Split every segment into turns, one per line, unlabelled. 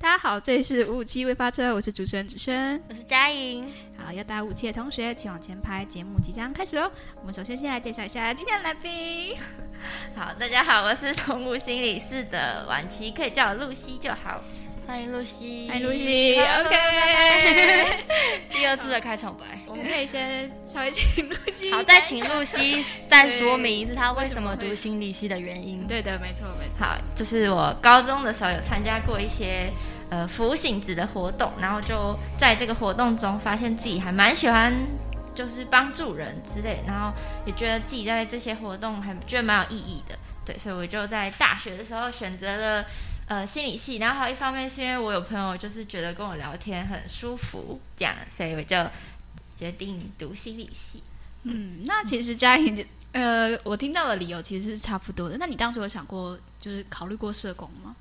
家好，这里是五五七未发车，我是主持人子轩。
我是佳莹，
好，要打五七的同学，请往前排，节目即将开始喽。我们首先先来介绍一下今天的来宾。
好，大家好，我是同舞心理室的晚期，可以叫我露西就好。欢迎露西，
嗨，露西
拜
，OK，
第二次的开场 白。
我们可以先稍微请露西。
好，再请露西再说明一次她为什么读心理系的原因。
嗯对的，没错，没错。
好，就是我高中的时候有参加过一些呃服醒子的活动，然后就在这个活动中发现自己还蛮喜欢。就是帮助人之类，然后也觉得自己在这些活动还觉得蛮有意义的，对，所以我就在大学的时候选择了呃心理系，然后还有一方面是因为我有朋友就是觉得跟我聊天很舒服，这样，所以我就决定读心理系。
嗯，那其实嘉颖，呃，我听到的理由其实是差不多的。那你当初有想过，就是考虑过社工吗？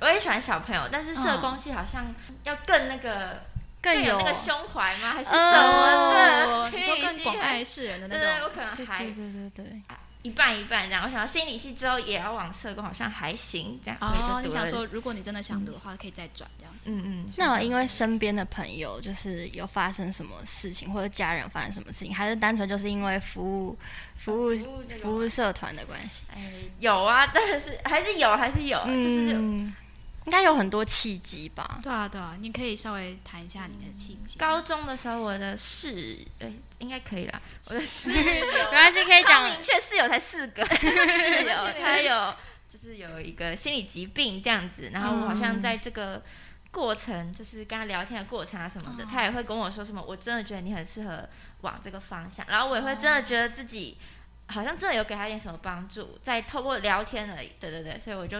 我也喜欢小朋友，但是社工系好像要更那个、更有那个胸怀吗？还是什么的？
嗯呃 哦你说
心理
更
系
广爱世人的那
对对，
种，
我可能
对
还
对对对对，
一半一半这样。我想到心理系之后也要往社工，好像还行这样，所以就读
哦
了，
你想说，如果你真的想读的话，可以再转这样子。
嗯嗯，
那我因为身边的朋友就是有发生什么事情，或者家人发生什么事情，还是单纯就是因为服务服务
服务这个
服务社团的关系，
哎有啊，当然是还是有，还是有，哦就是
嗯，应该有很多契机吧。
对啊，对啊，你可以稍微谈一下你的契机。
高中的时候我的室，对，应该可以啦，我的 室
没关系，可以
超
讲。
啊明确室友才四个，室 友
没关系
他有就是有一个心理疾病这样子，然后我好像在这个过程，就是跟他聊天的过程啊什么的，
嗯
他也会跟我说什么，我真的觉得你很适合往这个方向，然后我也会真的觉得自己。好像真的有给他一点什么帮助，在透过聊天而已。对对对，所以我就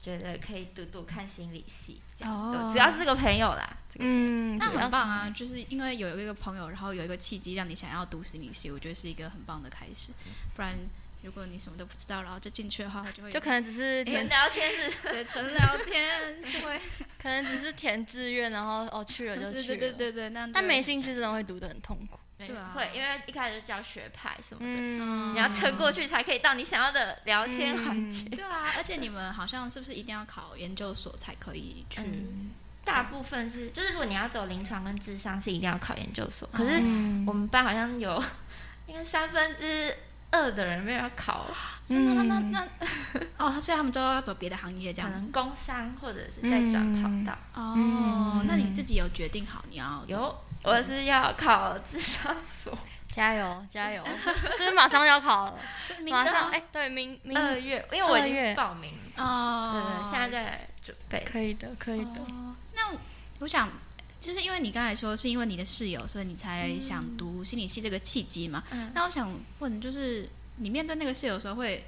觉得可以读读看心理系，这样子、
哦
只要是个朋友啦。这个
嗯，
那
主要
很棒啊！就是因为有一个朋友，然后有一个契机让你想要读心理系，我觉得是一个很棒的开始。不然，如果你什么都不知道，然后就进去的话，就会
就可能只是
纯
填，
聊天是
对纯聊天，就会
可能只是填志愿，然后哦去了就
对
去
对
了，
对对对，那样就
但没兴趣真的会读得很痛苦。
对啊
会，因为一开始就教学派什么的，
嗯
你要撑过去才可以到你想要的聊天环节。
对啊，而且你们好像是不是一定要考研究所才可以去？
嗯，大部分是就是如果你要走临床跟智商是一定要考研究所，可是
嗯
我们班好像有应该三分之二的人没有要考，
真的？那
嗯
那那哦，所以他们都要走别的行业这
可
样子嗯
能。工商或者是再转跑道。
哦，那你自己有决定好你要走
有，我是要考智商所，
加油加油，是不是马上就要考了？
对明
马
天
上
吗
哎，对，明明
二月，因为我已
二月
经报名，对
哦，
对，现在在准备。
可以的，可以的。
哦那我想，就是因为你刚才说是因为你的室友，所以你
嗯
才想读心理系这个契机嘛？
嗯
那我想问，就是你面对那个室友的时候会，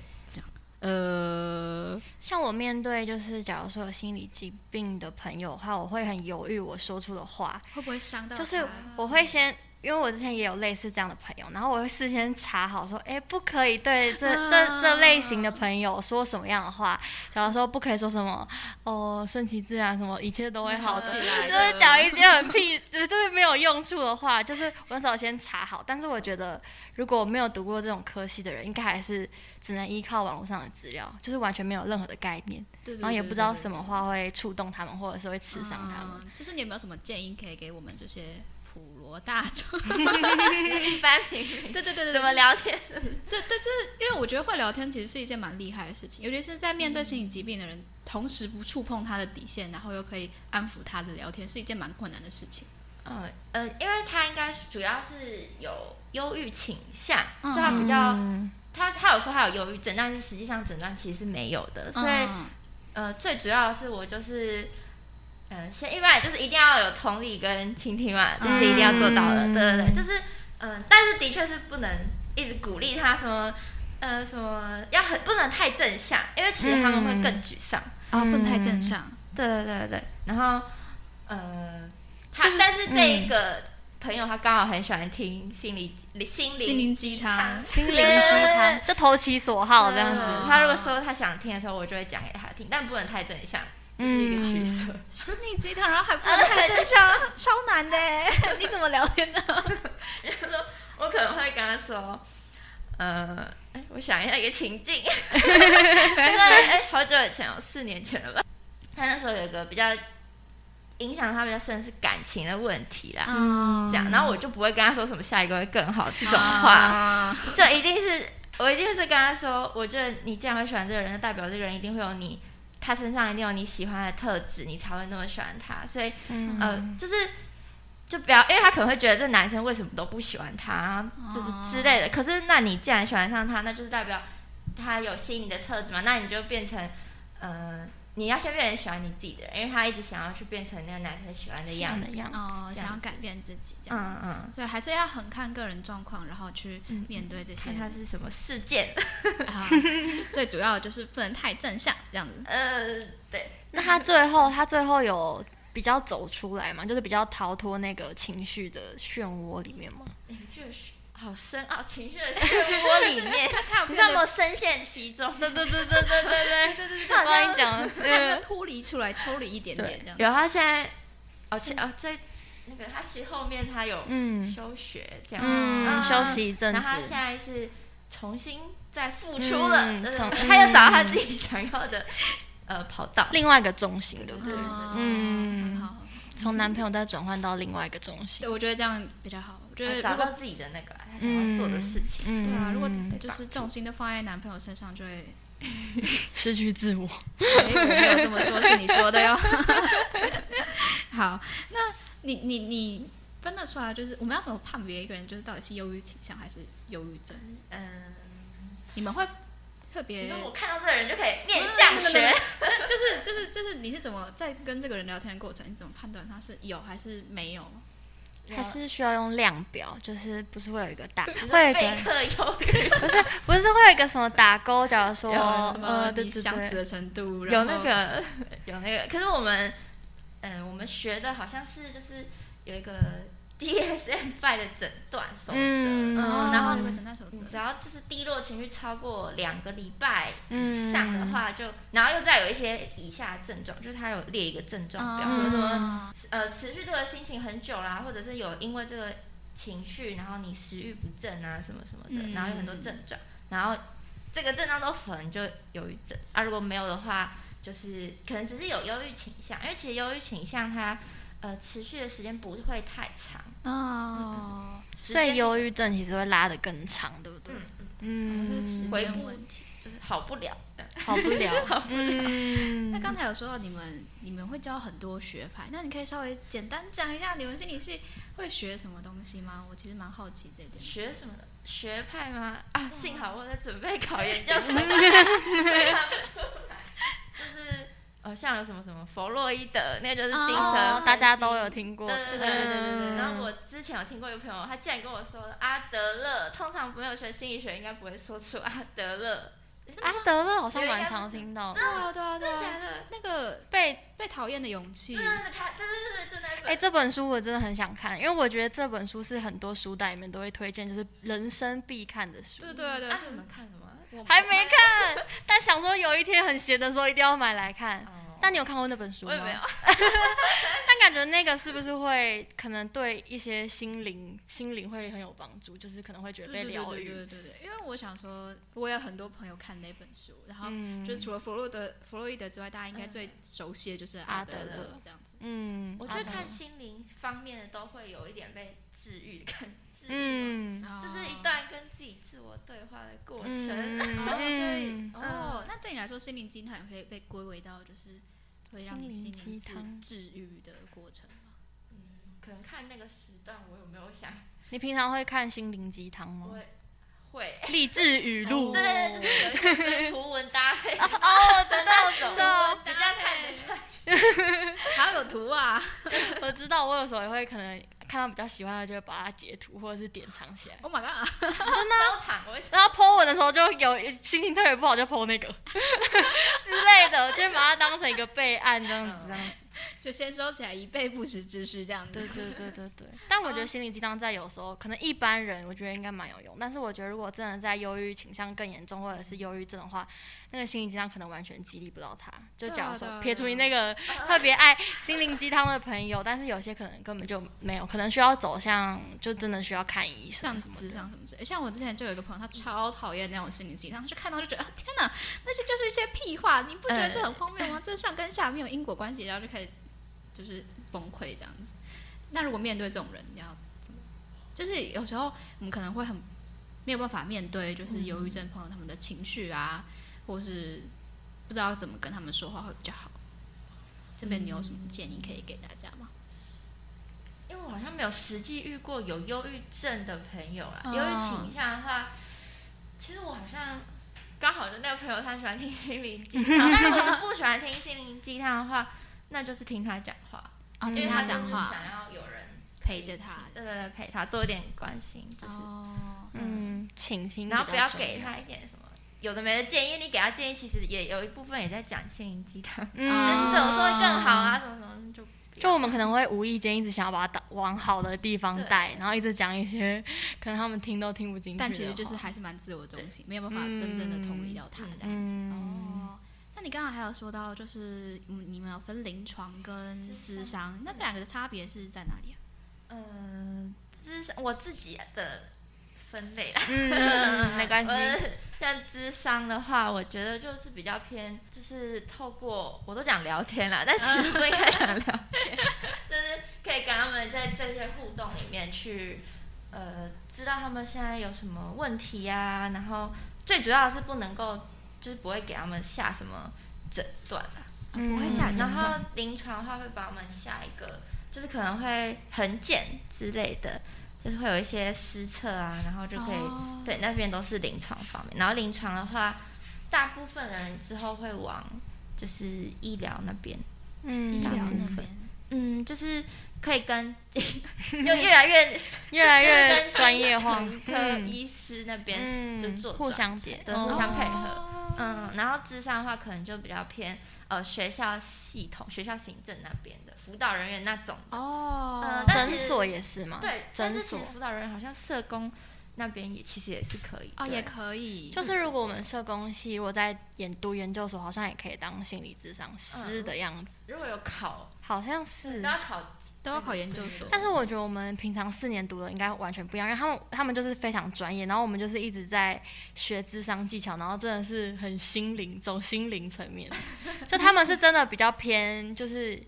呃，
像我面对就是假如说有心理疾病的朋友的话，我会很犹豫我说出的话，
会不会伤到他？
就是我会先。因为我之前也有类似这样的朋友，然后我会事先查好说，哎，不可以对这这这类型的朋友说什么样的话，假如说不可以说什么，哦，顺其自然，什么一切都会好起来，
嗯
呃 就是讲一些很屁，就是就是没有用处的话，就是我那时候先查好，但是我觉得如果没有读过这种科系的人，应该还是只能依靠网络上的资料，就是完全没有任何的概念。
对，对
然后也不知道什。
对对对
么话会触动他们，或者是会刺伤他们。
嗯就是你有没有什么建议可以给我们这些普罗大众？
一般平民
对对对对，
怎么？聊天？
这但是因为我觉得会聊天其实是一件蛮厉害的事情，尤其是在面对心理疾病的
嗯
人，同时不触碰他的底线，然后又可以安抚他的聊天，是一件蛮困难的事情。
嗯呃，因为他应该是主要是有忧郁倾向，
嗯
就他啊比较、
嗯
他他有说他有忧郁症，但是实际上诊断其实是没有的，所以、
嗯
呃最主要的是我就是。嗯，先一般也就是一定要有同理跟倾听嘛，这、是一定要做到的。
嗯
对对对，就是嗯、呃但是的确是不能一直鼓励他什么，呃，什么要很不能太正向，因为其实他们会更沮丧。
啊，不能太
嗯
正向。
对对对对，然后呃，他
是不是
但是嗯这一个朋友他刚好很喜欢听心理心灵
心灵鸡汤
心灵鸡汤，就投其所好这样
嗯
子。
他如果说他想听的时候，我就会讲给他听，但不能太正向，这是
嗯
一个取舍。
心灵鸡汤，然后还不能太正向，超难的。你怎么聊天的？
我可能会跟他说，呃，哎，我想一下一个情 境，对，哎，好久以前哦，四年前了吧。他那时候有一个比较影响他比较深是感情的问题啦。
嗯
这样，然后我就不会跟他说什么下一个会更好这
这
种话，就一定是我一定是跟他说，我觉得你既然会喜欢这个人，那代表这个人一定会有你，他身上一定有你喜欢的特质，你才会那么喜欢他。所以
嗯
呃，就是就不要，因为他可能会觉得这男生为什么都不喜欢他，就是
哦
之类的。可是，那你既然喜欢上他，那就是代表他有吸引你的特质嘛，那你就变成，呃，你要先变成喜欢你自己的人，因为他一直想要去变成那个男生喜欢的
一
样
样
子
的。样子。
哦，
这
想
样
要
子
改变自己这样。
嗯嗯，
对，还是要很看个人状况，然后去面对这些
看。他是什么事件。
啊，最主要的就是不能太正向这样子。
呃，对，
那他最后，他最后有比较走出来嘛？就是比较逃脱那个情绪的漩涡里面吗？
就是好深奥，情绪的漩涡里面，你知道我深陷其中。 对对对对对对对对对
我帮你讲，
让它脱离出来，抽离一点点
对
这样子。
然后他现在，哦，其哦这那个他其实后面他有
嗯
休学这样，
嗯，
嗯
休息一阵
然
子
后，他现在是重新再复出了，
嗯
呃
重
他又找到他自己想要的呃跑道。
另外一个重心，对不对？
哦
嗯
很好。
从男朋友再转换到另外一个重心
对，。我觉得这样比较好。我觉得
呃找
如
到
果
自己的那个啦他想要做的事情，
嗯
对啊，如果
嗯
就是重心都放在男朋友身上，就会
失去自我，
哎我没有这么说，是你说的哟。 好，那你你你分得出来，就是我们要怎么判别一个人，就是到底是忧郁倾向还是忧郁症？
嗯，
你们会特别
你说我看到这个人就可以面向学，
就是就是就是你是怎么在跟这个人聊天的过程，你怎么判断他是有还是没有？
还是需要用量表，就是不是会有一个打，
你说
会有一
备
个
课忧郁，
不是不是会有一个什么打勾，假如说
有
什么
呃，对
你
对
想死
对，
的程度？
有
然
那
后
个有那个，可是我们嗯、我们学的好像是就是有一个 DSM 5的诊断守则，
嗯
哦，
然后
有个诊断守则
你只要就是低落情绪超过两个礼拜以上
嗯
的话就，然后又再有一些以下症状，就是它有列一个症状表，
哦
嗯
什么什么
么
呃持续这个心情很久啦，或者是有因为这个情绪，然后你食欲不振啊什么什么的，
嗯
然后有很多症状，然后这个症状都符合你就忧郁症啊，如果没有的话，就是可能只是有忧郁倾向，因为其实忧郁倾向它呃持续的时间不会太长，
哦，
所以忧郁症其实会拉得更长，对不对
嗯？
嗯就
嗯
是，时
回
间
顾
问题。
就是好不了的。
好不 了，嗯
那刚才有说到你们你们会教很多学派，那你可以稍微简单讲一下你们心理系会学什么东西吗？我其实蛮好奇这一点。
学什么的？学派吗？
嗯
啊，幸好我在准备考研究生，答不出来。就是哦，像有什么什么弗洛伊德，那个就是精神
哦
分析、
大家都有听过
对。，对
嗯
对对对对对。然后我之前有听过一个朋友，他竟然跟我说阿德勒，通常没有学心理学应该不会说出阿德勒，
阿德勒好像蛮常听到的嗯
对，啊对啊对
真的假
啊，
的？
那个
被
被讨厌的勇气
真，的，他对对对对，就那一
哎、
本。
这本书我真的很想看，因为我觉得这本书是很多书单里面都会推荐，就是人生必看的书。
对对对，
啊，
是
你们看了吗？
我
还没看，但想说有一天很闲的时候一定要买来看。
哦，
但你有看过那本书
我
吗？
也没有。。
但感觉那个是不是会可能对一些心灵心灵会很有帮助，就是可能会觉得
对
被
对
疗
对
愈。
对对对，因为我想说，我有很多朋友看那本书，然后
嗯，
就是除了弗洛德、弗洛伊德之外，大家应该最熟悉的就是阿
阿
德
德勒
勒这样子。
嗯，
我觉得
啊
看心灵方面的都会有一点被治愈的感觉。
嗯
这是一
哦
段跟自己自我对话的过程。
哦，所以
嗯，
哦，那对你来说，心灵鸡汤也可以被归为到就是会让你心
心灵
灵
鸡汤
治治愈的过程吗？
可能看那个时段，我有没有想
你平常会看心灵鸡汤吗？
我会？
励志语
哦
录。
对对对，就是有一些跟图文搭配的
哦， 知道
那种，
知道，
比较看得下去。
还要有图啊！
我知道，我有时候也会可能看到比较喜欢的，就会把它截图或者是典藏起来。
Oh my god！
啊
收场，我会想
然后 po 文的时候就有心情特别不好，就 po 那个之类的，就会把它当成一个备案这样子，这样子。
就先收起来，以备不时之需这样
对
子。
对对对对。但我
嗯
觉得心灵鸡汤在有时候可能一般人，我觉得应该蛮有用。但是我觉得如果真的在忧郁倾向更严重或者是忧郁症的话，那个心灵鸡汤可能完全激励不到他。就假
对
如
啊对啊嗯
说撇除
对
你那个特别爱心灵鸡汤的朋友，但是有些可能根本就没有，可能需要走向就真的需要看医
像
生什么
职
的。
场什么之类，像我之前就有一个朋友，他超讨厌那种心灵鸡汤，就看到就觉得、啊、天哪，哎那些就是一些屁话，你不觉得这很荒谬吗？这上跟下没有因果关系，然后就开始就是崩溃这样子。那如果面对这种人，你要怎么？就是有时候我们可能会很没有办法面对，就是忧郁症朋友他们的情绪啊，或是不知道怎么跟他们说话会比较好。这边你有什么建议可以给大家吗？
因为我好像没有实际遇过有忧郁症的朋友啦。
嗯
哦
忧郁倾向的话，其实我好像刚好就那个朋友他喜欢听心灵鸡 汤，但如果是不喜欢听心灵鸡汤的话，那就是听他讲话，
啊，
因为
对
他
他
就是
讲话，
想要有人
陪着他。
对对对陪他多一点关心，就是、
哦，
嗯，请听比较
然后
重，
不要给他一点什么有的没的建议，因为你给他建议其实也有一部分也在讲心灵鸡汤，
嗯，
你怎么做会更好啊，什么什么就不要
就我们可能会无意间一直想要把它导往好的地方带，
对
然后一直讲一些 可能他们听都听不进去的话，
但其实就是还是蛮自我中心，没有办法真正的同理到他这样子。
嗯
哦，那你刚刚还有说到，就是嗯你们有分临床跟智商，那这两个的差别是在哪里啊？
嗯，智商我自己的分类啦。
嗯，嗯嗯没关系
我，像智商的话，我觉得就是比较偏，就是透过我都讲聊天啦，但其实不应该讲聊天，就是可以跟他们在这些互动里面去，呃，知道他们现在有什么问题呀、然后最主要的是不能够，就是不会给他们下什么诊断啊，
啊不会下
嗯
诊
然后
断
临床的话会帮我们下一个，就是可能会横检之类的，就是会有一些失策啊，然后就可以、
哦
对那边都是临床方面。然后临床的话，大部分的人之后会往就是医疗那边，
医
嗯
疗
大部
那
分
边。
嗯，就是可以跟又越来越
越来
就是
越
跟
专业化
精，神科
嗯
医师那边、
嗯
就做
互相
转介
配
对
哦
互相配合。
合
嗯，然后智商的话，可能就比较偏呃学校系统、学校行政那边的辅导人员那种。
哦
呃，但
诊
其实
所也是嘛，
对，但
诊
是其
所
实辅导人员好像社工那边也其实也是可以
哦
对
也可以，
就是如果我们社工系，如果在研读研究所，好像也可以当心理咨商师的样子，
如果有考
好像是
都。要考，
都要考研究所。
但是我觉得我们平常四年读的应该完全不一样，因为他们他们就是非常专业，然后我们就是一直在学智商技巧，然后真的是很心灵，走心灵层 面，就他们是真的比较偏就是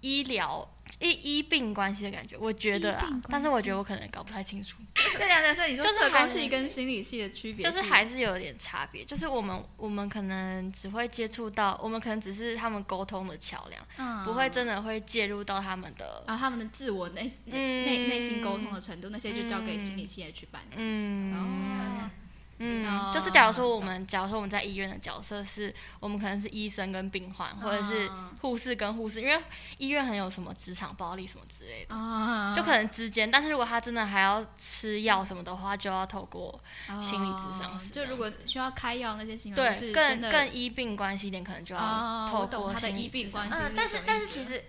医疗医医病关系的感觉，我觉得
医
啦
病关系，
但是我觉得我可能搞不太清楚，
对呀，对，所以你说
就是
社
还
工系跟心理系的区别
就是还是有点差别，就是我们我们可能只会接触到，我们可能只是他们沟通的桥梁，
嗯
不会真的会介入到他们的，
然后他们的自我内内
嗯
内内心沟通的程度，那些就交给心理系来去办这样子。哦
嗯，嗯，
哦
就是假如说我们，假如说我们在医院的角色是，我们可能是医生跟病患，或者是
嗯
护士跟护士，因为医院很有什么职场暴力什么之类的。
啊
就可能之间，但是如果他真的还要吃药什么的话，就要透过心理咨商师
哦就如果需要开药那些行为
对
嗯是
更
真的
更医病关系一点，可能就要
哦
透
我懂
过
他的
心理
医病
咨商
关系
嗯
是，
但
什
是
么
但
意
是
思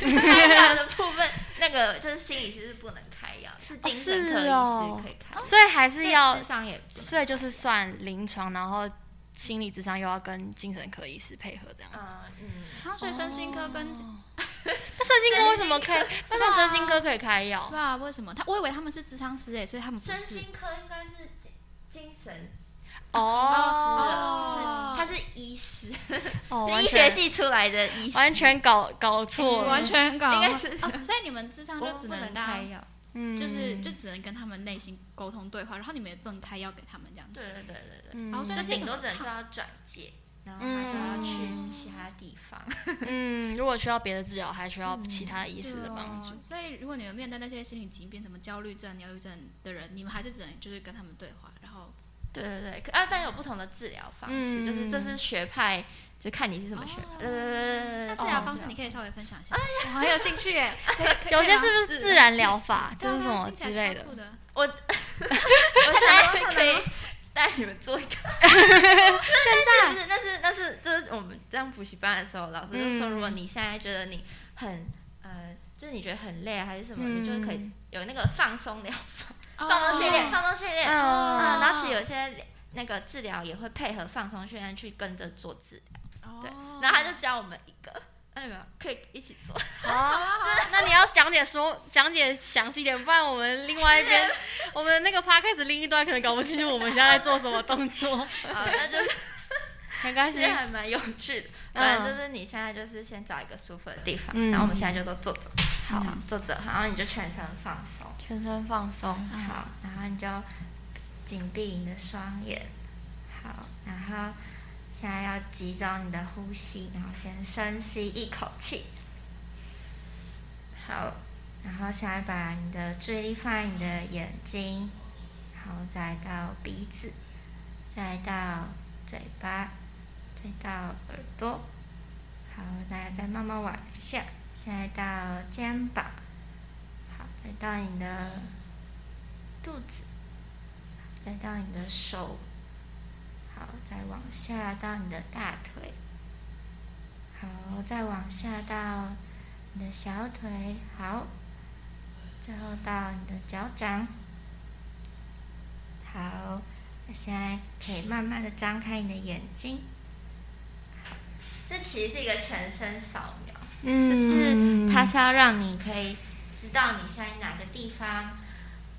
其 实开药的部分，那个就是心理师是不能开药，是精神科医
是哦
师可以开，
所以还是要
智，商也不能。
所以就是算临床，然后心理智商又要跟精神科医师配合这样子。
嗯嗯，
啊，所以身心科跟
哦那身心科为什么可以？为什么
对啊
身心科可以开药
不？知道为什么他，我以为他们是智商师哎，所以他们不
身
是
心科应该是精精神医师了，就是
哦
他是医师，
哦，
是
完
医学
全
系出来的医师，
完全搞搞错了，
嗯完全搞
应该是
哦，所以你们智商
我
就只
不能
当
开药。
嗯
就是就只能跟他们内心沟通对话，然后你们也不能开药给他们这样
对
子。
对对对对。
嗯
然后所以
就
那些
顶
什
多
么
只能
抗
叫他转介，然后他就要去其他地方。
嗯，如果需要别的治疗，还需要其他医师的帮助
对哦。所以，如果你们面对那些心理疾病，什么焦虑症、忧郁症的人，你们还是只能就是跟他们对话，然后
对对对，可啊，但有不同的治疗方式，
嗯
就是这是学派，就看你是什么学派。对对对对
那治
对哦对。
哦
疗方式 你可以稍微分享一
啊
下，我很有兴趣耶。
有些是不是自然疗法，啊就是什么
听起
之
来
类
超
的
酷？的，
我我现在可以带你们做一个。现在不是，那是那是就是我们这样补习班的时候，老师就说，
嗯
如果你现在觉得你很呃，就是你觉得很累啊还是什么，
嗯
你就可以有那个放松疗法，放
放
松训练，放松训练。
嗯
嗯，然后其实有些那个治疗也会配合放松训练去跟着做治疗，对。
哦
然后他就教我们一个，那你们可以一起做。
哦，那你要讲解说讲解详细一点，不然我们另外一 边，我们那个 podcast 另一端可能搞不清楚我们现在在做什么动作。
哦好，那就是
没关
其
系
实，
啊
还蛮有趣的。
嗯
反正就是你现在就是先找一个舒服的地方，
嗯
然后我们现在就都坐着，
好
嗯坐着，然后你就全身放松，
全身放松，
好，然后你就紧闭你的双眼，好，然后现在要集中你的呼吸，然后先深吸一口气，好，然后现在把你的注意力放在你的眼睛，然后再到鼻子，再到嘴巴，再到耳朵，好，那再慢慢往下，现在到肩膀，好，再到你的肚子，再到你的手，好，再往下到你的大腿，好，再往下到你的小腿，好，最后到你的脚掌，好，那现在可以慢慢的张开你的眼睛，这其实是一个全身扫描。
嗯
就是它是要让你可以知道你现在哪个地方，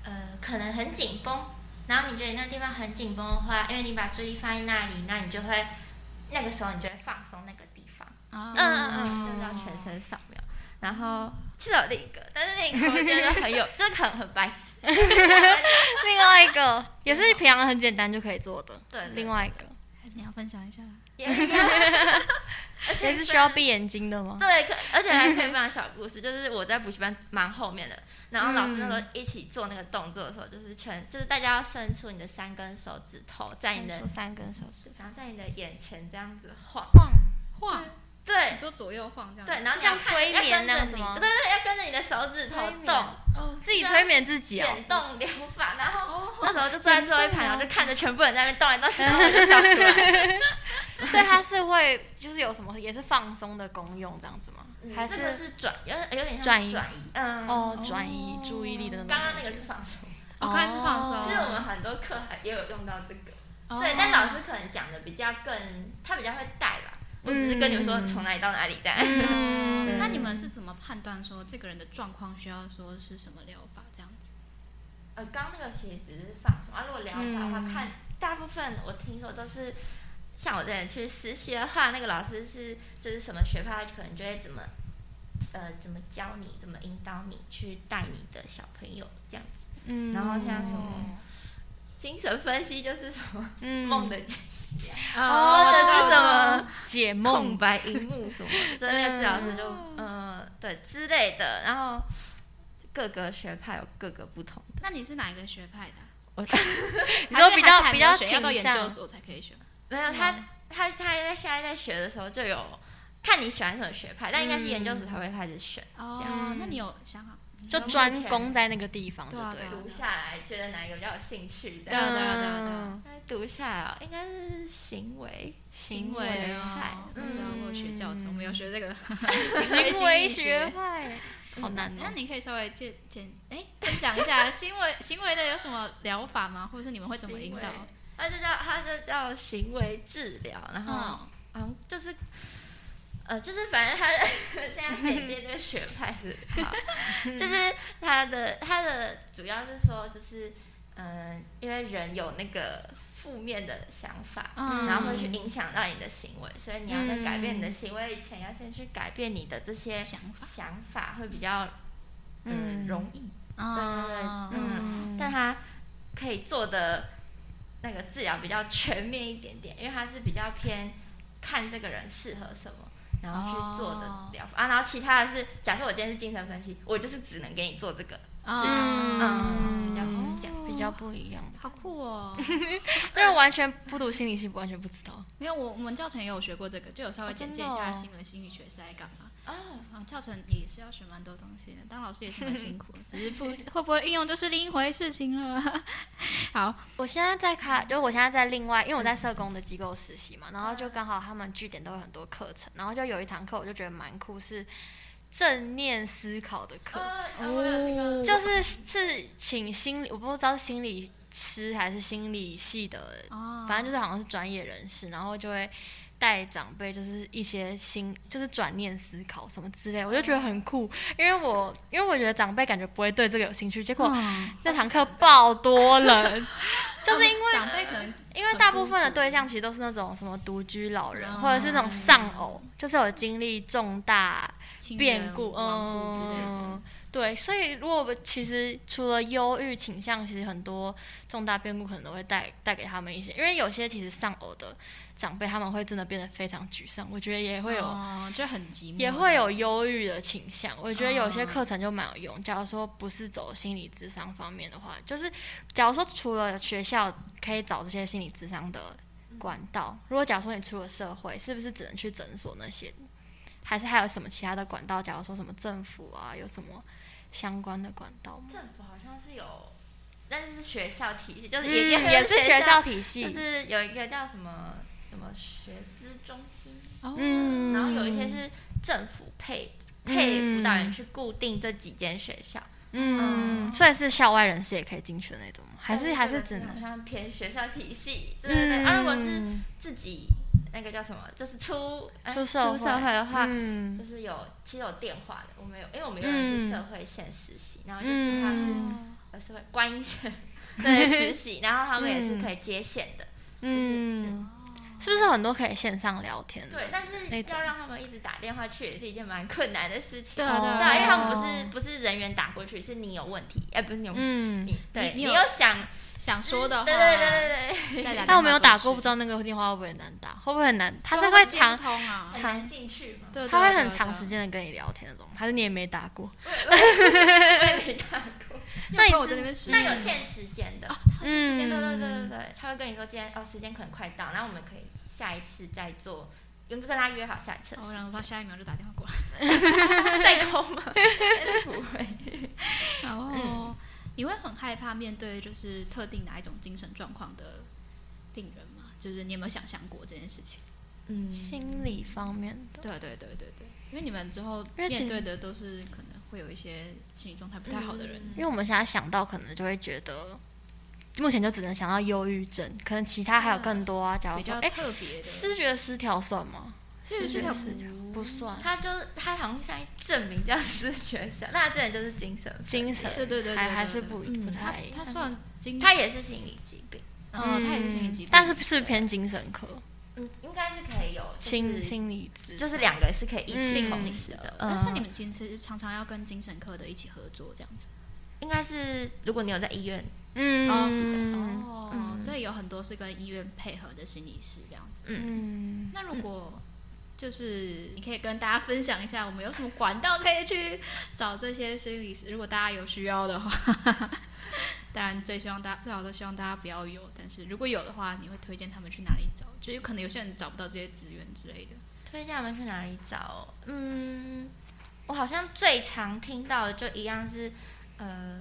呃，可能很紧绷，然后你觉得那地方很紧绷的话，因为你把注意力放在那里，那你就会那个时候你就会放松那个地方。
啊
嗯嗯嗯，就是要全身扫描。然后是嗯有另一个，但是另一个我觉得很 有，就是很很白 痴。
另外一个， 也是平常很简单就可以做的，
对，
另外一个
还是你要分享一下？
也 也
也是需要闭眼睛的吗？
对，可而且还可以分 享小故事，就是我在补习班蛮后面的，然后老师那
嗯
时候一起做那个动作的时候，就是全就是大家要伸出你的三根手指头，在你的
伸出三根手指
然后在你的眼前这样子晃，
晃，
晃，
对
你就左右晃这样子。
对，然后这
像
样看
催
要跟
眠那
着
样
你，
子
对
吗
对对，要跟着你的手指头
催眠
动，
哦，
自己催眠自己哦。
眼动流法，然后。
哦，
那时候就坐在最后一排，然后就看着全部人在那边动来动去，然后我就笑出来。
所以它是会就是有什么也是放松的功用这样子吗？
嗯
还
这
是
个是转，有点有点像
转移
转移。嗯，
哦
哦
转移注意力的那种？
刚刚那个是放松。
我刚才是放
哦
松。
其实我们很多课还也有用到这个，
哦
对，但老师可能讲的比较更，他比较会带吧。我只是跟你们说
嗯
从哪里到哪里这样。
嗯
那你们是怎么判断说这个人的状况需要说是什么疗法这样子？
呃，刚刚那个其实只是放松啊，如果疗法的话，
嗯
看大部分我听说都是。像我之前去实习的话，那个老师是就是什么学派，可能就会怎么，呃，怎么教你，怎么引导你去带你的小朋友这样子。
嗯
然后像什么精神分析就是什么
嗯
梦的解析啊，
哦
或者
我
是
知
什
道
么
解
空
梦
白荧幕什 么的，就是那个治疗师就嗯、呃对之类的，然后各个学派有各个不同的。
那你是哪一个学派的啊？
我
你
说比较比较
要到
倾
研
向
究所才可以学吗？
没有他他他在现在在学的时候就有看你喜欢什么学派，但应
嗯
该是研究所才会开始选，
哦，那你有想好？
就专攻在那个地方，
对啊
对
对啊
读下来觉得哪一个比较有兴趣这
对
样。
啊对啊对啊对啊
那读下来哦、应该是行为
行为
派嗯
啊，，我知道我有学教程，我们有学这个
嗯 行
行
为学
学。
派，
嗯
好难
那
哦。
你可以稍微简简哎分享一下 行为行为的有什么疗法吗？或者是你们会怎么引导
行为？他就叫他就叫行为治疗，然后。
哦，
嗯，就是，呃，就是反正他的 这样简介这个学派是好，就是他的他的主要是说就是，嗯、因为人有那个负面的想法，
嗯
然后会去影响到你的行为，所以你要在改变你的行为以前，要先去改变你的这些
想法
想法，会比较嗯
嗯
容易，
啊
对对对嗯但他可以做的那个治疗比较全面一点点，因为他是比较偏看这个人适合什么，然后去做的
哦
疗法、啊。然后其他的是，假设我今天是精神分析，我就是只能给你做这个，
啊
嗯
哦
嗯比较
比较不一 样，
好酷 哦！
但是完全不读心理系，完全不知道。
没有，我我们教程也有学过这个，就有稍微
哦
简
真
介
的
一下
哦
行为心理学是在干 嘛。
哦，
啊，教程也是要学蛮多东西的，当老师也是蛮辛 苦的，只是不会不会应用就是另一回事情了。好，
我现在在开，就是我现在在另外，因为我在社工的机构实习嘛，然后就刚好他们据点都有很多课程，然后就有一堂课我就觉得蛮酷，是正念思考的课。
我有这个，
就是是请心理，我不知道是心理师还是心理系的，
哦，
反正就是好像是专业人士，然后就会带长辈就是一些新，就是转念思考什么之类，我就觉得很酷，因为我因为我觉得长辈感觉不会对这个有兴趣，结果
嗯哦
那堂课爆多人， 就是因为
长辈可能
因为大部分的对象其实都是那种什么独居老人，
哦
或者是那种丧偶，就是有经历重大
亲
变
人
故，
亡故之类的，
嗯，对，所以如果其实除了忧郁倾向，其实很多重大变故可能都会带带给他们一些，因为有些其实丧偶的长辈他们会真的变得非常沮丧，我觉得也会有、
哦就很寂寞，
也会有忧郁的倾向。我觉得有些课程就蛮有用。假如说不是走心理智商方面的话，就是假如说除了学校可以找这些心理智商的管道，如果假如说你出了社会，是不是只能去诊所那些？还是还有什么其他的管道？假如说什么政府啊，有什么相关的管道吗？
政府好像是有，但是是学校体系，就是
嗯
也、也
也是学
校，
校体系，
就是有一个叫什么什么学资中心，
哦
嗯
然后有一些是政府配配辅导员去固定这几间学校，
嗯，
嗯
所以是校外人士也可以进去的那种吗？还
但
是还
这
是
个
只能
好？像偏学校体系，对对对。而、如果是
嗯
自己那个叫什么，就是出哎
出社
社
会
的话，
嗯
就是有其实有电话的，我们有，因为我们有人去
嗯
社会线实习，然后就是他是
嗯
呃社会观音社 对实习，然后他们也是可以接线的，就是
嗯，是不是很多可以线上聊天的？
对，但是
那种
要让他们一直打电话去也是一件蛮困难的事情，
对啊
哦
对
对啊，因为他们
哦
不是不是人员打过去，是你有问题，哎，不是你有问题。
嗯，
你对
你
你
有
有想嗯
想说的话，
对对对对
对
对，
对
但我没有打过，不知道那个电话会不会很难打，会不会很难？他是会
会
长，
通啊，
很难进去 嘛。
对，对
他会
对
很
对
长
对
时间的跟你聊天那种吗，还是你也没打过？
啊
我也没打过。哦
那
你
你我
自
在那边实
那有
习
限时间的，
好像时
对
间
对
都
对对对，他会跟你说今天哦时间可能快到，然后我们可以下一次再做，跟跟他约好下一次的
哦
事。
然后他下一秒就打电话过来。
再抠吗？不会。
然后你会很害怕面对就是特定哪一种精神状况的病人吗？就是你有没有想象过这件事情？
嗯
心理方面的，
对对对对对，因为你们之后
因为其实
面对的都是可能会有一些心理状态不太好的人，
因为我们现在想到可能就会觉得，目前就只能想到忧郁症，可能其他还有更多啊。假如
比
说，
较
哎，
特别的。
视觉失调算吗？
视觉失调
失调不算，
他就是他好像现在证明叫失觉症，那他之前就是精神分裂
精神
对对对对
还
对
还是
对
不
嗯
不太，
他算精，
他也是心理疾病，
嗯，他也是心理疾病，
但是是偏精神科，
嗯，应该是可以有
心
心
心理咨
就是两个是可以一起
嗯
同
型
时
的
的。。
但
嗯
是你们其实常常要跟精神科的一起合作这样子。
应该是如果你有在医院，
嗯
哦，
嗯
所以有很多是跟医院配合的心理师这样子。
嗯，
嗯。
那如果就是你可以跟大家分享一下，我们有什么管道可以去找这些心理师？如果大家有需要的话， 当然最希望大家最好都希望大家不要有，但是如果有的话，你会推荐他们去哪里找？就有可能有些人找不到这些资源之类的。
推荐我们去哪里找？嗯，我好像最常听到的就一样是呃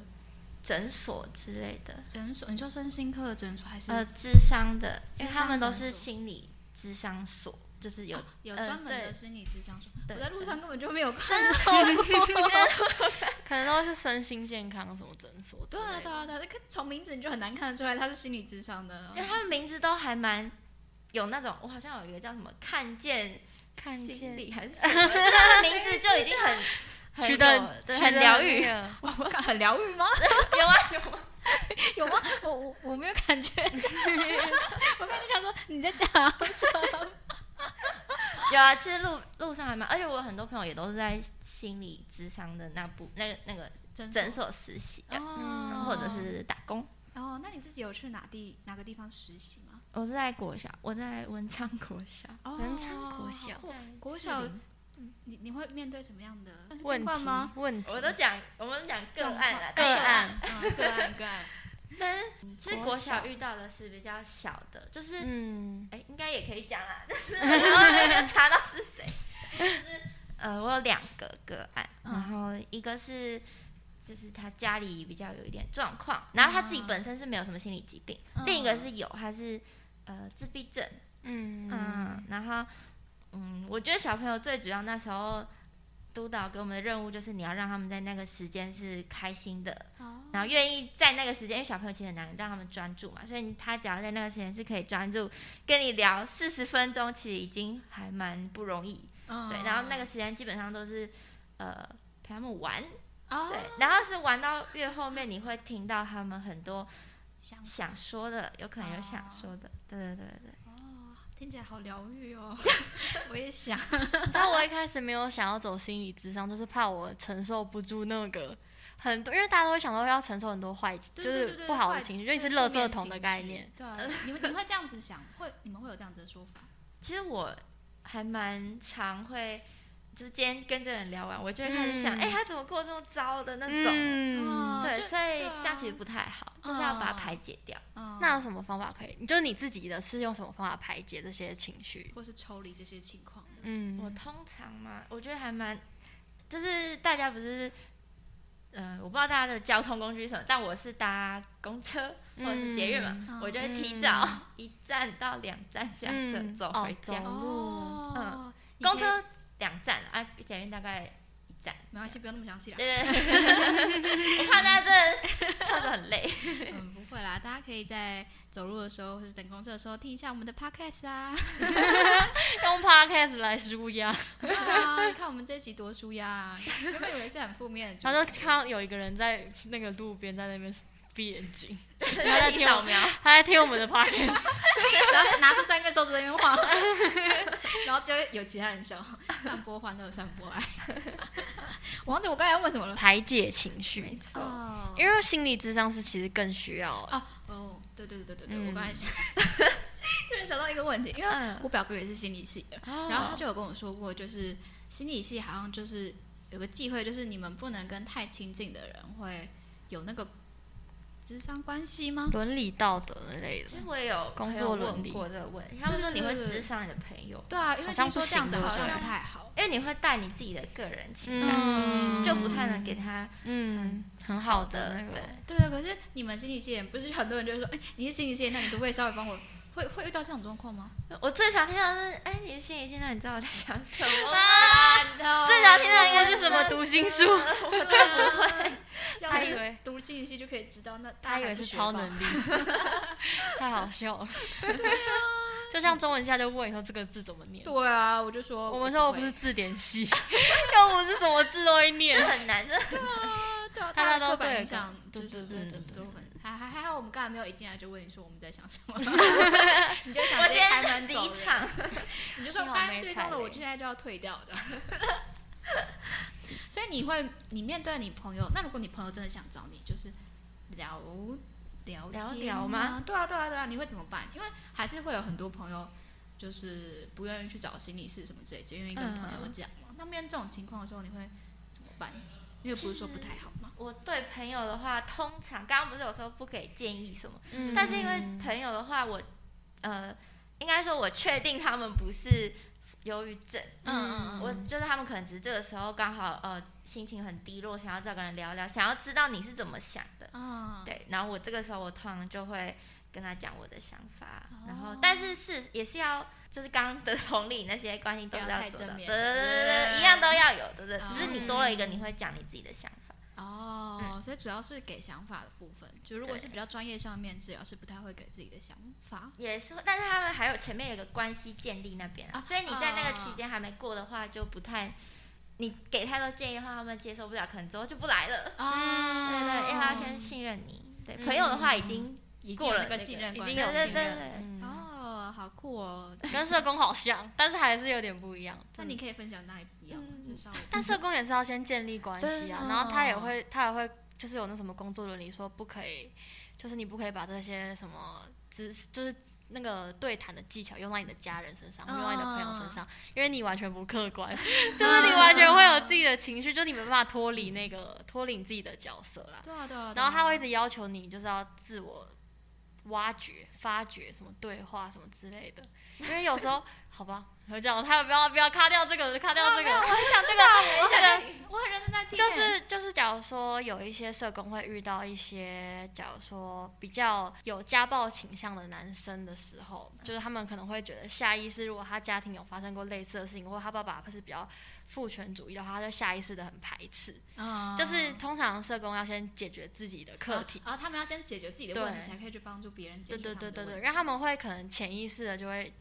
诊所之类的，
诊所，你说身心科的诊所还是、
呃，智商的，因为
智商
他们都
诊
是
所
心理智商所，就是有
有有
呃
专门的
对
心理智商所？
对
我在路
诊
上
所
根本就没有看到。
可能都是身心健康什么诊所之
对
类
啊，
的。
对啊，对啊，那看从名字你就很难看得出来他是心理智商的。
因为他们名字都还蛮有那种，我好像有一个叫什么“看见
看见
心理”还是什么，就是他的名字就已经 很很
取
有
得
对很疗愈，有
了。
哇，我看很疗愈吗？
啊 有啊，
有吗？我我我没有感 觉，我刚才想说你在讲啊什么？
有啊，其实路路上还蛮，而且我有很多朋友也都是在心理智商的那部那个那个
诊
诊所实习的，嗯
哦，
或者是打工。
哦，那你自己有去哪地哪个地方实习吗？
我是在国小，我在文昌国小，
哦
文昌国小
好酷
在
国
士
小
林
你你会面对什么样的
嗯
问
病
题
患吗？？
问题
我都讲，我们讲个案了，
个
但是
案
嗯个案个 案，
但是其实
国
国
小
小遇到的是比较小的，就是
嗯，
哎、应该也可以讲啦，但 是然后没有查到是谁。就是呃，我有两个个案，
嗯
然后一个是就是他家里比较有一点状况，然后他自己本身是没有什么心理疾病，嗯另一
嗯
个是有，他是呃自闭症，
嗯
嗯，然后嗯，我觉得小朋友最主要那时候督导给我们的任务就是你要让他们在那个时间是开心的，
哦
然后愿意在那个时间，因为小朋友其实很难让他们专注嘛，所以他只要在那个时间是可以专注跟你聊四十分钟，其实已经还蛮不容易。
哦
对，然后那个时间基本上都是呃陪他们玩，
哦，
对，然后是玩到越后面，你会听到他们很多
想
想说的，有可能有
哦
想说的，对对对对
哦，听起来好疗愈 哦，我也想，
你知道我一开始没有想要走心理智商，就是怕我承受不住那个很多，因为大家都会想到要承受很多坏，就
对对对
是
对
不好
坏
的情绪，就
对
是
负
垃圾
面
桶
情
的概
绪
念。。
对啊，你们你们会这样子想，会你们会有这样子的说法？
其实我还蛮常会，就是今天跟这个人聊完，我就会开始想，
嗯
哎、他怎么过这么糟的那种。
嗯
哦，
对，
就
所以
对啊
这样其实不太好，就是要把它
嗯
排解掉。
嗯，
那有什么方法可以？就是你自己的是用什么方法排解这些情绪？
或是抽离这些情况的，
嗯，
我通常嘛，我觉得还蛮，就是大家不是，嗯、我不知道大家的交通工具是什么，但我是搭公车或者是捷运嘛，
嗯
我就会提
嗯
早 一站到两站下车、
嗯
走
哦
回家。
走哦
哦，你
嗯
可
公
以
车两站啊，捷运大概一站。
没关系，不用那么详细啦。
对对对，我怕大家真的跳得很累。
嗯，不会啦，大家可以在走路的时候或是等公车的时候听一下我们的 podcast 啊。
用 podcast 来舒压，
对啊，你看我们这集多舒压啊！原本以为是很负面的主题，
然后就看到有一个人在那个路边在那边闭眼睛，
身体扫描，
他在听我们 的 podcast，
然后拿出三根手指在那边晃， 然后就会有其他人笑，散播欢乐，散播爱。我忘记我刚才要问什么了。
排解情绪。
错，
哦
因为心理智商是其实更需要
哦，对对对对对，
嗯
我刚才想， 突然想到一个问题，因为
嗯
我表哥也是心理系的，
哦
然后他就有跟我说过，就是心理系好像就是有个忌讳，就是你们不能跟太亲近的人会有那个智商关系吗？
伦理道德那类的
其实，我也有
工
朋友
作伦
问
理
过这个问题，他们说你会
对对对
智商你的朋友，
对啊，因为
好像
听说
不
这样子
行哦
好
对
像
不对
不太好。
因为你会带你自己的个人情感进
嗯
去，就不太能给他
嗯，很好的
的
那个
对。
对啊，可是你们心理系的人不是很多人就会说，哎，你是心理系的，那你可不可以稍微帮我？会会遇到这种状况吗？
我最常听到的是，哎、你的心理现在你知道我在想什么吗？
这
哦
最常听到应该是
是什么 读心术？
我真的不会，
要
他
是
以为
读心理系就可以知道，那大
他
家
以
还
为
不
是
学
超
吧
能力， 太好笑了。啊就像中文下就问你说这个字怎么念，
对啊，我就说
我们说我不
会
是字典系， 又不是什么字都会
这
念。
很难，真的。
对啊，
大
大
家
家
都
刻板
对
印象
对
就是
对对
嗯
对
都
对
很还还还好，我们刚才没有一进来就问你说我们在想什么，你就想
我
直接开
先
门走
离
人，
场，
你就说
幸好
刚才
没
最
踩
终的我
雷
现在就要退掉的。所以你会，你面对你朋友，那如果你朋友真的想找你，就是聊聊
聊
天
聊
吗
吗？
对啊，对啊，对啊，你会怎么办？因为还是会有很多朋友就是不愿意去找心理师什么之类，只愿意跟朋友
嗯
讲嘛。那面对这种情况的时候，你会怎么办？因为不是说不太好吗？
我对朋友的话，通常刚刚不是有说不给建议什么，
嗯
但是因为朋友的话，我呃，应该说我确定他们不是忧郁症，
嗯嗯嗯
我就是他们可能只是这个时候刚好呃心情很低落，想要找个人聊聊，想要知道你是怎么想的。
啊，
对，然后我这个时候我通常就会跟他讲我的想法，然后
哦
但是是也是要就是刚刚的同理那些关系都
不
是
要太
做
正
的，对对
面
对对
对
对，一样都要有，对不对？只是
嗯
你多了一个，你会讲你自己的想法，
哦，所以主要是给想法的部分，就如果是比较专业上面治疗，是不太会给自己的想法。
也是会，但是他们还有前面有个关系建立那边
啊，
啊所以你在那
哦
个期间还没过的话，就不太。你给太多建议的话，他们接受不了，可能之后就不来了。对
嗯
啊，
对对，因为他先信任你。对，朋友的话已经，
已经
过
有那
了
个
那个
信任
已
关
经
系，
有
对对
信
对
任
对
嗯
哦，好酷哦。
跟社工好像，但是还是有点不一样。
那你可以分享哪里不一样吗？就稍微
但社工也是要先建立关系啊，
对
然后他也会，他也会就是有那什么工作伦理，说不可以，就是你不可以把这些什么知，就是那个对谈的技巧用到你的家人身上，
嗯
用到你的朋友身上，因为你完全不客观，就是你完全会有自己的情绪，就是你没办法脱离那个脱离你自己的角色啦。
对啊对啊，对啊
然后他会一直要求你，就是要自我挖掘、发掘什么对话什么之类的，因为有时候 好吧，我讲他不要不要卡掉这个，卡掉这个。
我很想这个，
这
我
个
很我很认真在欸
就是就是，假如说有一些社工会遇到一些，假如说比较有家暴倾向的男生的时候，就是他们可能会觉得下意识，如果他家庭有发生过类似的事情，或者他爸爸是比较父权主义的话，他就下意识的很排斥。
嗯
就是通常社工要先解决自己的课题，
然后他们要先解决自己的问题，
对
才可以去帮助别人解
对
决
对
他
对
们的
对
问
对，
题
让他们会可能潜意识的就会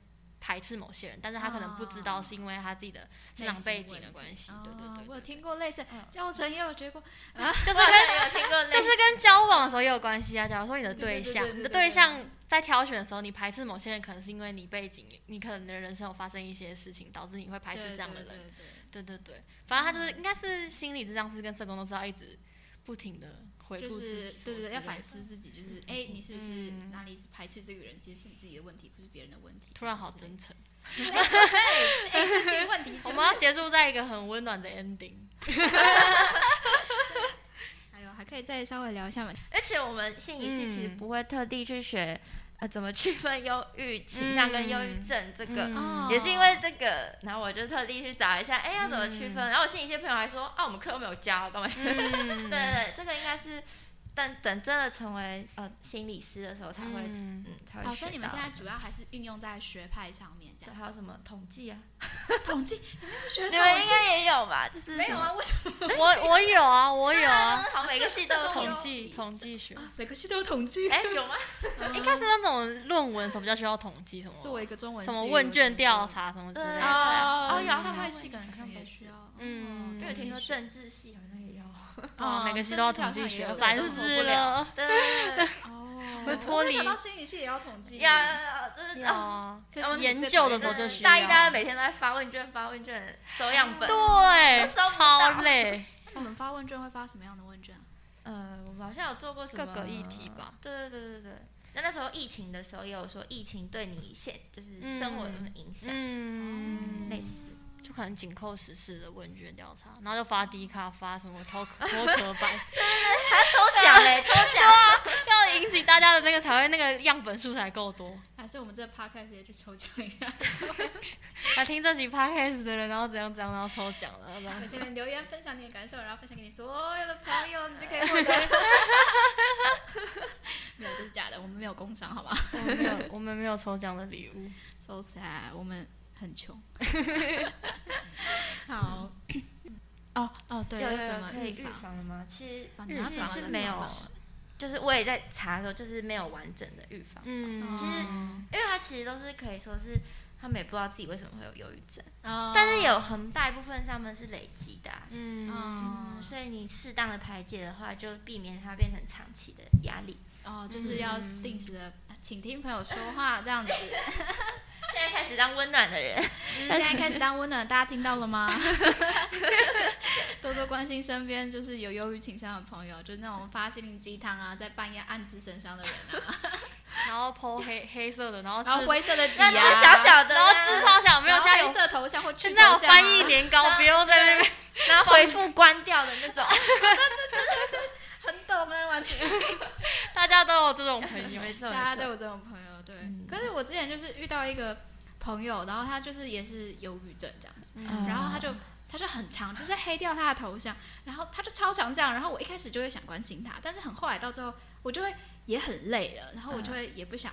排斥某些人，但是他可能不知道是因为他自己的生长背景的关系
内心。
对
问题
对
哦
对，
我有
对
听过类似
嗯，
教程也有学过，
就是
好
跟
像有听过类似，
就是跟交往的时候也有关系啊。假如说你的
对对对对
对
对
象，你的
对对
对象在挑选的时候，你排斥某些人，可能是因为你背景，你可能你的人生有发生一些事情，导致你会排斥
对
这样的
对
人。
对对
对对对，反正他就是应该是心理治疗师跟社工都是要一直不停的回顾
就
自己
是
什么
对对
之类
对，
的
要反。思自己，就是哎，你是不是
嗯
哪里是排斥这个人？其实是你自己的问题，不是别人的问题。
突然好
之类的
真诚，
哎，这些问 题
我
就是
们要结束在一个很温暖的 ending。
还哎有还可以再稍微聊一下嘛，
而且我们心理系其实
嗯
不会特地去学，呃，怎么区分忧郁倾向跟忧郁症这个。
嗯
也是因为这个，然后我就特地去找一下，哎，要怎么区分？然后我心理系朋友还说，啊，我们课又没有教，干嘛去？对对
嗯
对，这个应该是等等真的成为呃心理师的时候才会，嗯，
嗯，
才会学到。
哦，所以你们现在主要还是运用在学派上面，这
对
样
还有什么统计 啊？
统计，你们有学
你
统
们应
计
该也有吧？就是
没有
什么
啊？为什么
我我有啊，我有
啊，就，
啊
是好像每个系都有
社
统
工
统
有
计。
计统计学，
每个系都有统计？
哎，有吗？
应该是那种论文什么叫需要统计什么，
作为一个中文
什
系
么
我
问
有
卷
点
调
说
查什么之类
对
的。
哦，
哦有
社
好
会
像
系
会
可能可能也
好像
需要，
嗯
哦
没有听说
统计学
政治系好像也有。啊
哦
哦，每个系都要统计
政治系
学
好，像
烦
也有
死了。
对对对对。
哦，
会脱
我没想
离
到心理系也要统 计，
要要要，这是哦
啊，
这是你
研
最
究
讨
的
厌
时候
事
就
情
需
大一、大
要
二每天都在发问卷、发问卷、收样本。
对
都收，不到
超累。
我们发问卷会发什么样的问卷啊？
呃，我们好像有做过什么
各个议题吧？
对对对对对。那那时候疫情的时候，也有说疫情对你现就是生活有什么影响，
嗯，
类似。
就可能紧扣时事的问卷调查，然后就发低卡，发什么脱脱壳版，
还要抽奖嘞，抽奖！
要引起大家的那个才会那个样本数才够多。
还是我们这个 podcast 也去抽奖一 下，
来听这集 podcast 的人，然后怎样怎样，然后抽奖了，然后
在下面留言分享你的感受，然后分享给你所有的朋友，你就可以获得。 没有，这是假的，我们没有工伤，好吧
我们没有我们没有抽奖的礼物。
？So sad，我们很 穷。好，哦哦，对，
有
要
有
怎
有
么
可以
预
预
防？
防的吗？其实
啊你
日
要
记
讲
是
的
没
预
有
防，
就是我也在查的时候，就是没有完整的预防，
嗯
其实
嗯
因为它其实都是可以说是他们也不知道自己为什么会有忧郁症，
哦
但是有很大一部分上面是累积的啊、
嗯，
哦
嗯，所以你适当的排解的话，就避免它变成长期的压力。
哦，就是要
嗯
定时的，请听朋友说话这样子。
现在开始当温暖的人，
现在开始当温暖，大家听到了吗？多多关心身边就是有忧郁倾向的朋友，就是那种发心灵鸡汤啊，在半夜暗自神伤的人啊，
然后剖黑黑色的，然后
然后
字
灰色的底
那
啊，
只小小的
然
啊，
后字超小，没有
然
现
后
在有
黑色头像或去头
现在
像啊
有翻译年糕，不用在那边。
然后回复关掉的那种。
很懂啊，完全。
大家都有这种朋友，
没错，
大家都
没错
有这种朋友，对。
嗯
可是我之前就是遇到一个朋友，然后他就是也是忧郁症这样子，然后他就他就很长，就是黑掉他的头像，然后他就超常这样，然后我一开始就会想关心他，但是很后来到最后，我就会也很累了，然后我就会也不想，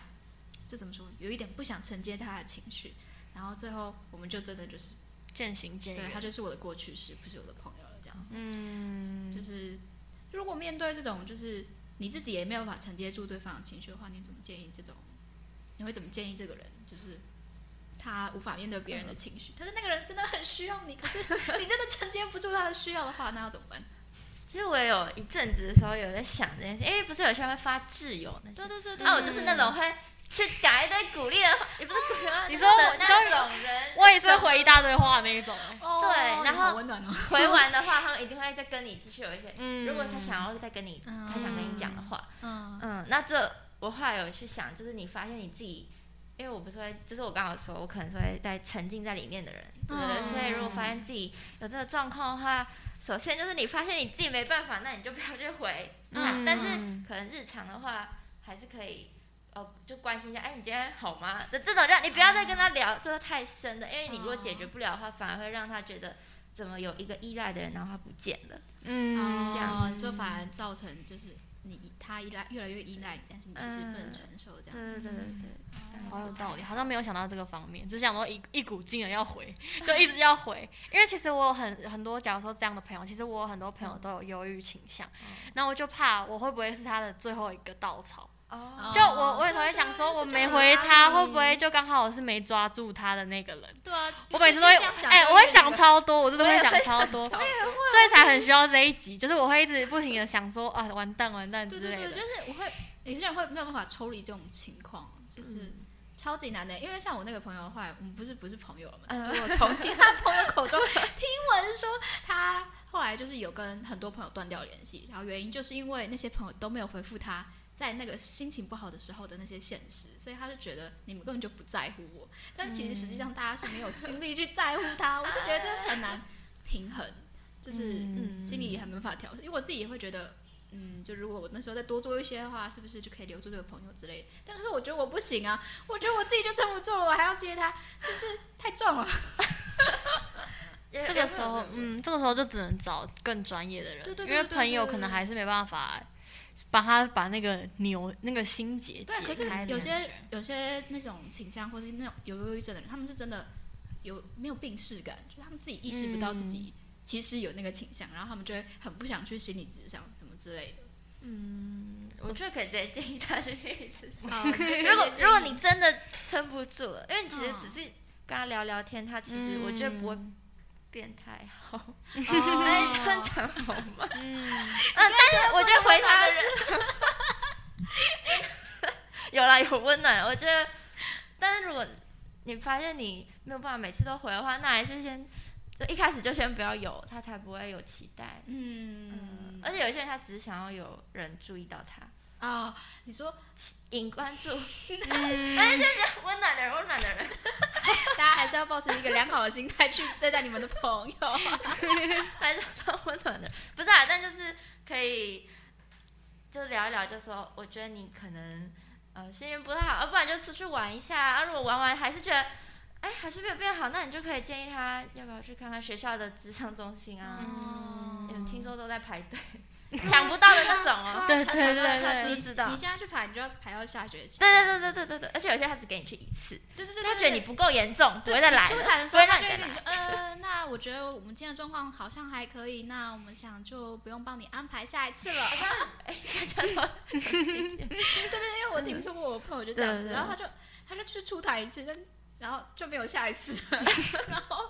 就怎么说，有一点不想承接他的情绪，然后最后我们就真的就是，
渐行渐
对
远。
他就是我的过去式，不是我的朋友了，这样子，
嗯，
就是如果面对这种就是你自己也没有办法承接住对方的情绪的话，你怎么建议这种？你会怎么建议这个人？就是他无法面对别人的情绪，但是那个人真的很需要你，可是你真的承接不住他的需要的话，那要怎么办？
其实我也有一阵子的时候有在想这件事，因为不是有些人会发挚友那
对
些，
对对
嗯
对，
啊，我就是那种会去讲一堆鼓励的话，也不是鼓励的话，
你
就是
说我
的那种人，
我也是回一大堆话那一种、欸。
哦
对然后
好温暖哦，
回完的话，他们一定会再跟你继续有一些。
嗯
如果他想要再跟你，他想跟你讲的话，
嗯
嗯，那这我后来有去想，就是你发现你自己，因为我不是会，就是我刚好说，我可能是会在沉浸在里面的人，对不对？
嗯
所以如果发现自己有这个状况的话，首先就是你发现你自己没办法，那你就不要去回他，
嗯
但是可能日常的话还是可以。哦，就关心一下，哎，你今天好吗？哦这这种让你不要再跟他聊，这个太深的，因为你如果解决不了的话，反而会让他觉得怎么有一个依赖的人，然后他不见了？
嗯，
这样
哦，你说反而造成就是你他依赖越来越依赖你，但是你其实不能承受这
对
样。
对对对对，
好有道理，好像没有想到这个方面，只想说一一股劲的要回，就一直要回。因为其实我有很很多，假如说这样的朋友，其实我有很多朋友都有忧郁倾向，那我就怕我会不会是他的最后一个稻草。
哦
就我我有时候会想说，我没回他会不会就刚好我是没抓住他的那个人？
对啊，
我每次都会
这样想
哎、
就
我会
觉得
想超多，我真的
我
会
也
想
会
超
想
多，
超
所
多
以才很需要这一集，就是我会一直不停的想说啊，完蛋完蛋之
对
类
对
的。
对，就是我会有些人会没有办法抽离这种情况，就是
嗯
超级难的。因为像我那个朋友，后来我们不是不是朋友了嘛，
嗯
就是我从其他朋友口中听闻说，他后来就是有跟很多朋友断掉联系，然后原因就是因为那些朋友都没有回复他。在那个心情不好的时候的那些现实，所以他就觉得你们根本就不在乎我，但其实实际上大家是没有心力去在乎他，我就觉得这很难平衡，就是
嗯
心里也很没法调试。因为我自己也会觉得，嗯，就如果我那时候再多做一些的话，是不是就可以留住这个朋友之类的？但是我觉得我不行啊，我觉得我自己就撑不住了，我还要接他，就是太重了。
这个时候，嗯，这个时候就只能找更专业的人，
对对对
因为
对对
朋友
对
可能
对
还是没办法帮他把那个牛那个心结解
对，可是
开的
有
感
些
觉
有些那种倾向或是那种有忧郁症的人，他们是真的有没有病逝感，就是他们自己意识不到自己其实有那个倾向，然后他们就会很不想去心理咨商什么之类的。
我觉得可以直接建议他去心理 咨 询。
哦，
如果如果你真的撑不住了，因为你其实
嗯
只是跟他聊聊天，他其实我觉得不会变太 好。哎，这样
哦
讲好吗？
嗯，
嗯，但是我觉得回答的人， 有啦有温暖了，我觉得，但是如果你发现你没有办法每次都回的话，那还是先就一开始就先不要有，他才不会有期待。嗯
嗯，，
而且有些人他只是想要有人注意到他，
啊、你说
引关注，
嗯
但是就是温暖的人，温暖的人。
大家还是要保持一个良好的心态去对待你们的朋友。
还是蛮温暖的，不是啊，但就是可以就聊一聊，就说我觉得你可能呃心情不太好，要、不然就出去玩一下，啊，如果玩完还是觉得哎还是没有变好，那你就可以建议他要不要去看看学校的职场中心啊，
嗯
有听说都在排队，抢不到的那种哦。
对
他
对对
他
对
他
知道
你现在去排，你就要排到下学期。
对对对对对对对，而且有些他只给你去一次，
对对对对，
他觉得你不够严重，不
对
会再来
你
了，
出台的
不
时候，
会
他
让
就
你
会
再
跟
来
你说，呃，那我觉得我们今天的状况好像还可以，那我们想就不用帮你安排下一次了。
大家都
对对对，因为我听说过我朋友就这样子，
对对
然后他就他就去出台一次，但然后就没有下一次， 然后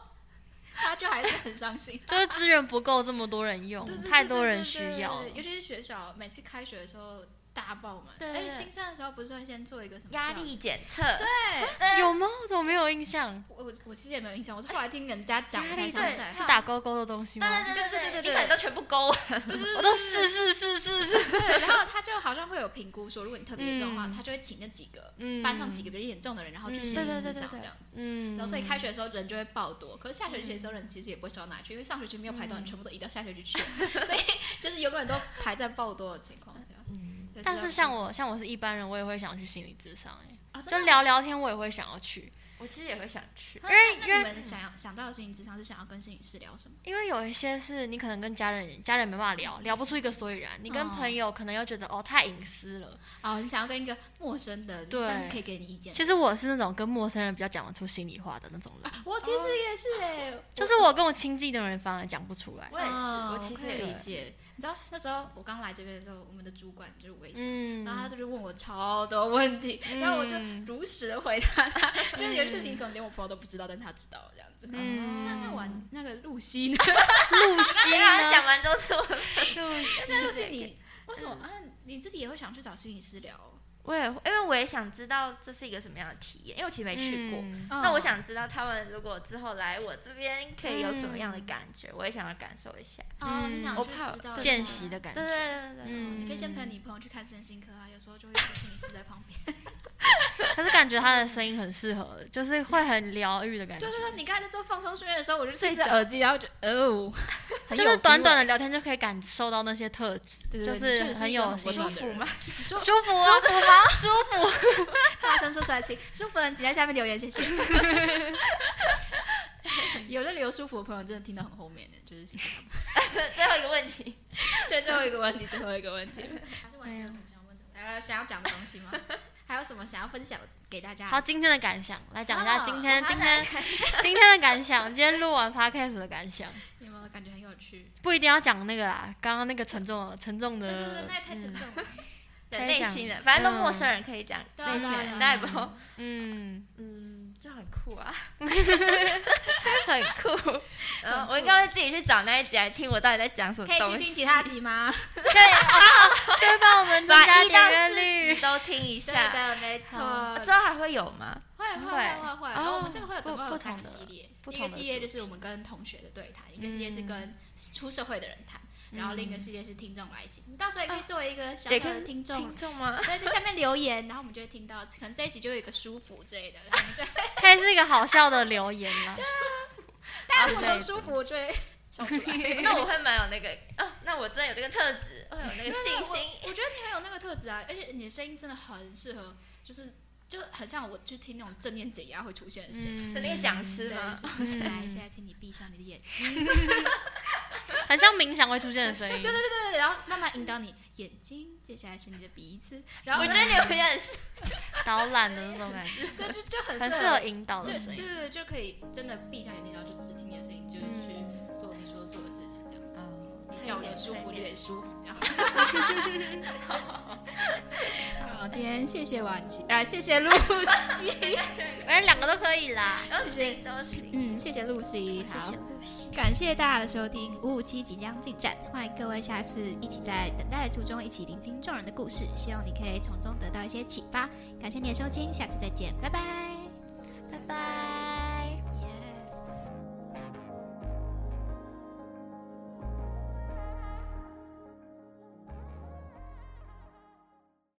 他就还是很伤 心。
就是资源不够这么多人用
对对，对
太
对
多
对
人
对
需
对
要了
对，尤其是学校，每次开学的时候大爆满。
对
而且
对
新生的时候不是会先做一个什么
压
调
力
查？
检测，
对，
有吗？我怎么没有印象？
我我我其实也没有印象，我是后来听人家讲
压
我
力
才
是
想起来。
是打勾勾的东西吗？
对对对对对对，你可能都全部勾
对对对，
我都是是是是是，
对，然后他就好像会有评估说，如果你特别严重的话，
嗯
他就会请那几个
嗯
班上几个比较严重的人，然后去
嗯
心理
对对
咨
对
商
对对
这样子。
嗯
然后所以开学的时候人就会爆多，可是下学期的时候人其实也不会少哪去，因为上学期没有排到，
嗯
你全部都移到下学期去了， 所以就是有可能都排在爆多的情况下。
嗯
对
但
这样
是像我像我是一般人，我也会想去心理咨商、欸，
啊，真的
就
吗
聊聊天，我也会想要去，
我其实也会想去，
那
因为
那
因为
你们想要想到的心理咨商是想要跟心理师聊什么？
因为有一些是你可能跟家人家人没办法聊，聊不出一个所以然，你跟
哦
朋友可能又觉得哦太隐私了。
哦，你想要跟一个陌生的，就是
对
但是可以给你意见。
其实我是那种跟陌生人比较讲得出心里话的那种 人，
我其实也是哎、
哦就是我跟我亲近的人反而讲不出来。
我也是，
哦
我其实
可以
也
理
是。
解。你知道那时候我刚来这边的时候，我们的主管就是微信，
嗯
然后他就是问我超多问题，然后我就
嗯
如实的回答他， 就是有些事情可能连我朋友都不知道，但他知道这样子。那那
嗯，
玩那个露西呢？
露
那
西
结果他
呢？
讲完之后是我，
露西，
那露西你为什么啊？你自己也会想去找心理师聊哦？
我也因为我也想知道这是一个什么样的体验，因为我其实没去过。
嗯
那我想知道他们如果之后来我这边可以有什么样的感觉，我也想要感受一下。
哦，你想
我
去
怕
知道
嗯见
一下
习的。感
对对
觉。
对对对，
嗯
你可以先陪你朋友去看身心科啊，有时候就会有个心理师在旁边。
可是感觉他的声音很适合，就是会很疗愈的感觉
对。对对，你刚才在做放松训练的时候，我就
睡
听着
着
耳机，然后就哦，很
就
有
是短
氛围
短的聊天就可以感受到那些特质，
对
就
对对
是很有
你确实是一个很温
舒
暖的
服
人
嘛，
你说
舒服啊，舒服吗？ 舒服。
大声说出来，请舒服的人请在下面留言，谢谢。 有的留舒服的朋友真的听到很后面的，就是 谢谢他们。
最后一个问题，
对，最后一个问题，最后一个问题，还是完全有什么想问的？呃，想要讲的东西吗？ 还有什么想要分享给大家？
好，今天的感想来讲一下今天、
哦
今天 今天的感想，今天录完 podcast 的感想，
有没有感觉很有趣？
不一定要讲那个啦，刚刚那个沉重的沉重的，
对对对，那也太沉
嗯
重了。
对
可以
内
讲
心的，反正都陌生人可以讲
对
内心
对
的，
对
大家也不知道
嗯，
嗯，就很酷 啊， 就是很酷。嗯，我应该会自己去找那一集来听我到底在讲什么
可以
东西。
去听其他集 吗？
可以，所以帮我们增
把
加
一到
点阅
四
率
集。都听一
对
下。
的，没错。
啊之后还会有吗？
会会
会
会会，然后我们这个会有
不
总共有
不
三个
同的
系列，
不
一
同
个
的
系列
主
就是我们跟同学的对谈，一个系列是跟出社会的人谈，然后另一个系列是听众来信。你到时候也可以作为一个小
也
小的
跟
听众
听，众吗？
在这下面留言，然后我们就会听到，可能这一集就有一个舒服之类的，然后我们就
可以是一个好笑的留言啦。
大家如果都舒服，我就会笑出来。
那我会蛮有那个，哦，那我真的有这个特质，会有那
对
个
对
信
我
心。
我觉得你很有那个特质啊，而且你的声音真的很适合，就是就很像我去听那种正念解压会出现的声音。
嗯
的那个讲师
对
吗？
就是
嗯
来，现在请你闭上你的眼
很像冥想会出现的声音。
对对对对对，然后慢慢引导你眼睛，接下来是你的鼻子， 然后
我觉得你们也很适
导览的那种感觉，
对就就很
很
适
适合引导
对
的声
对
音。
对，就可以真的闭上眼睛，然后就只听你的声音，就是去做你说做的事情，这样子，比较有舒服，有点舒服这样。 好，今天谢谢婉琪，啊，谢谢露西，
哎，两个都可以啦。
都行都行。
嗯，谢谢露西，好
谢谢。露西，
感谢大家的收听，五五七即将进站，欢迎各位下次一起在等待的途中一起聆听众人的故事，希望你可以从中得到一些启发。感谢你的收听，下次再见，拜拜。
拜拜。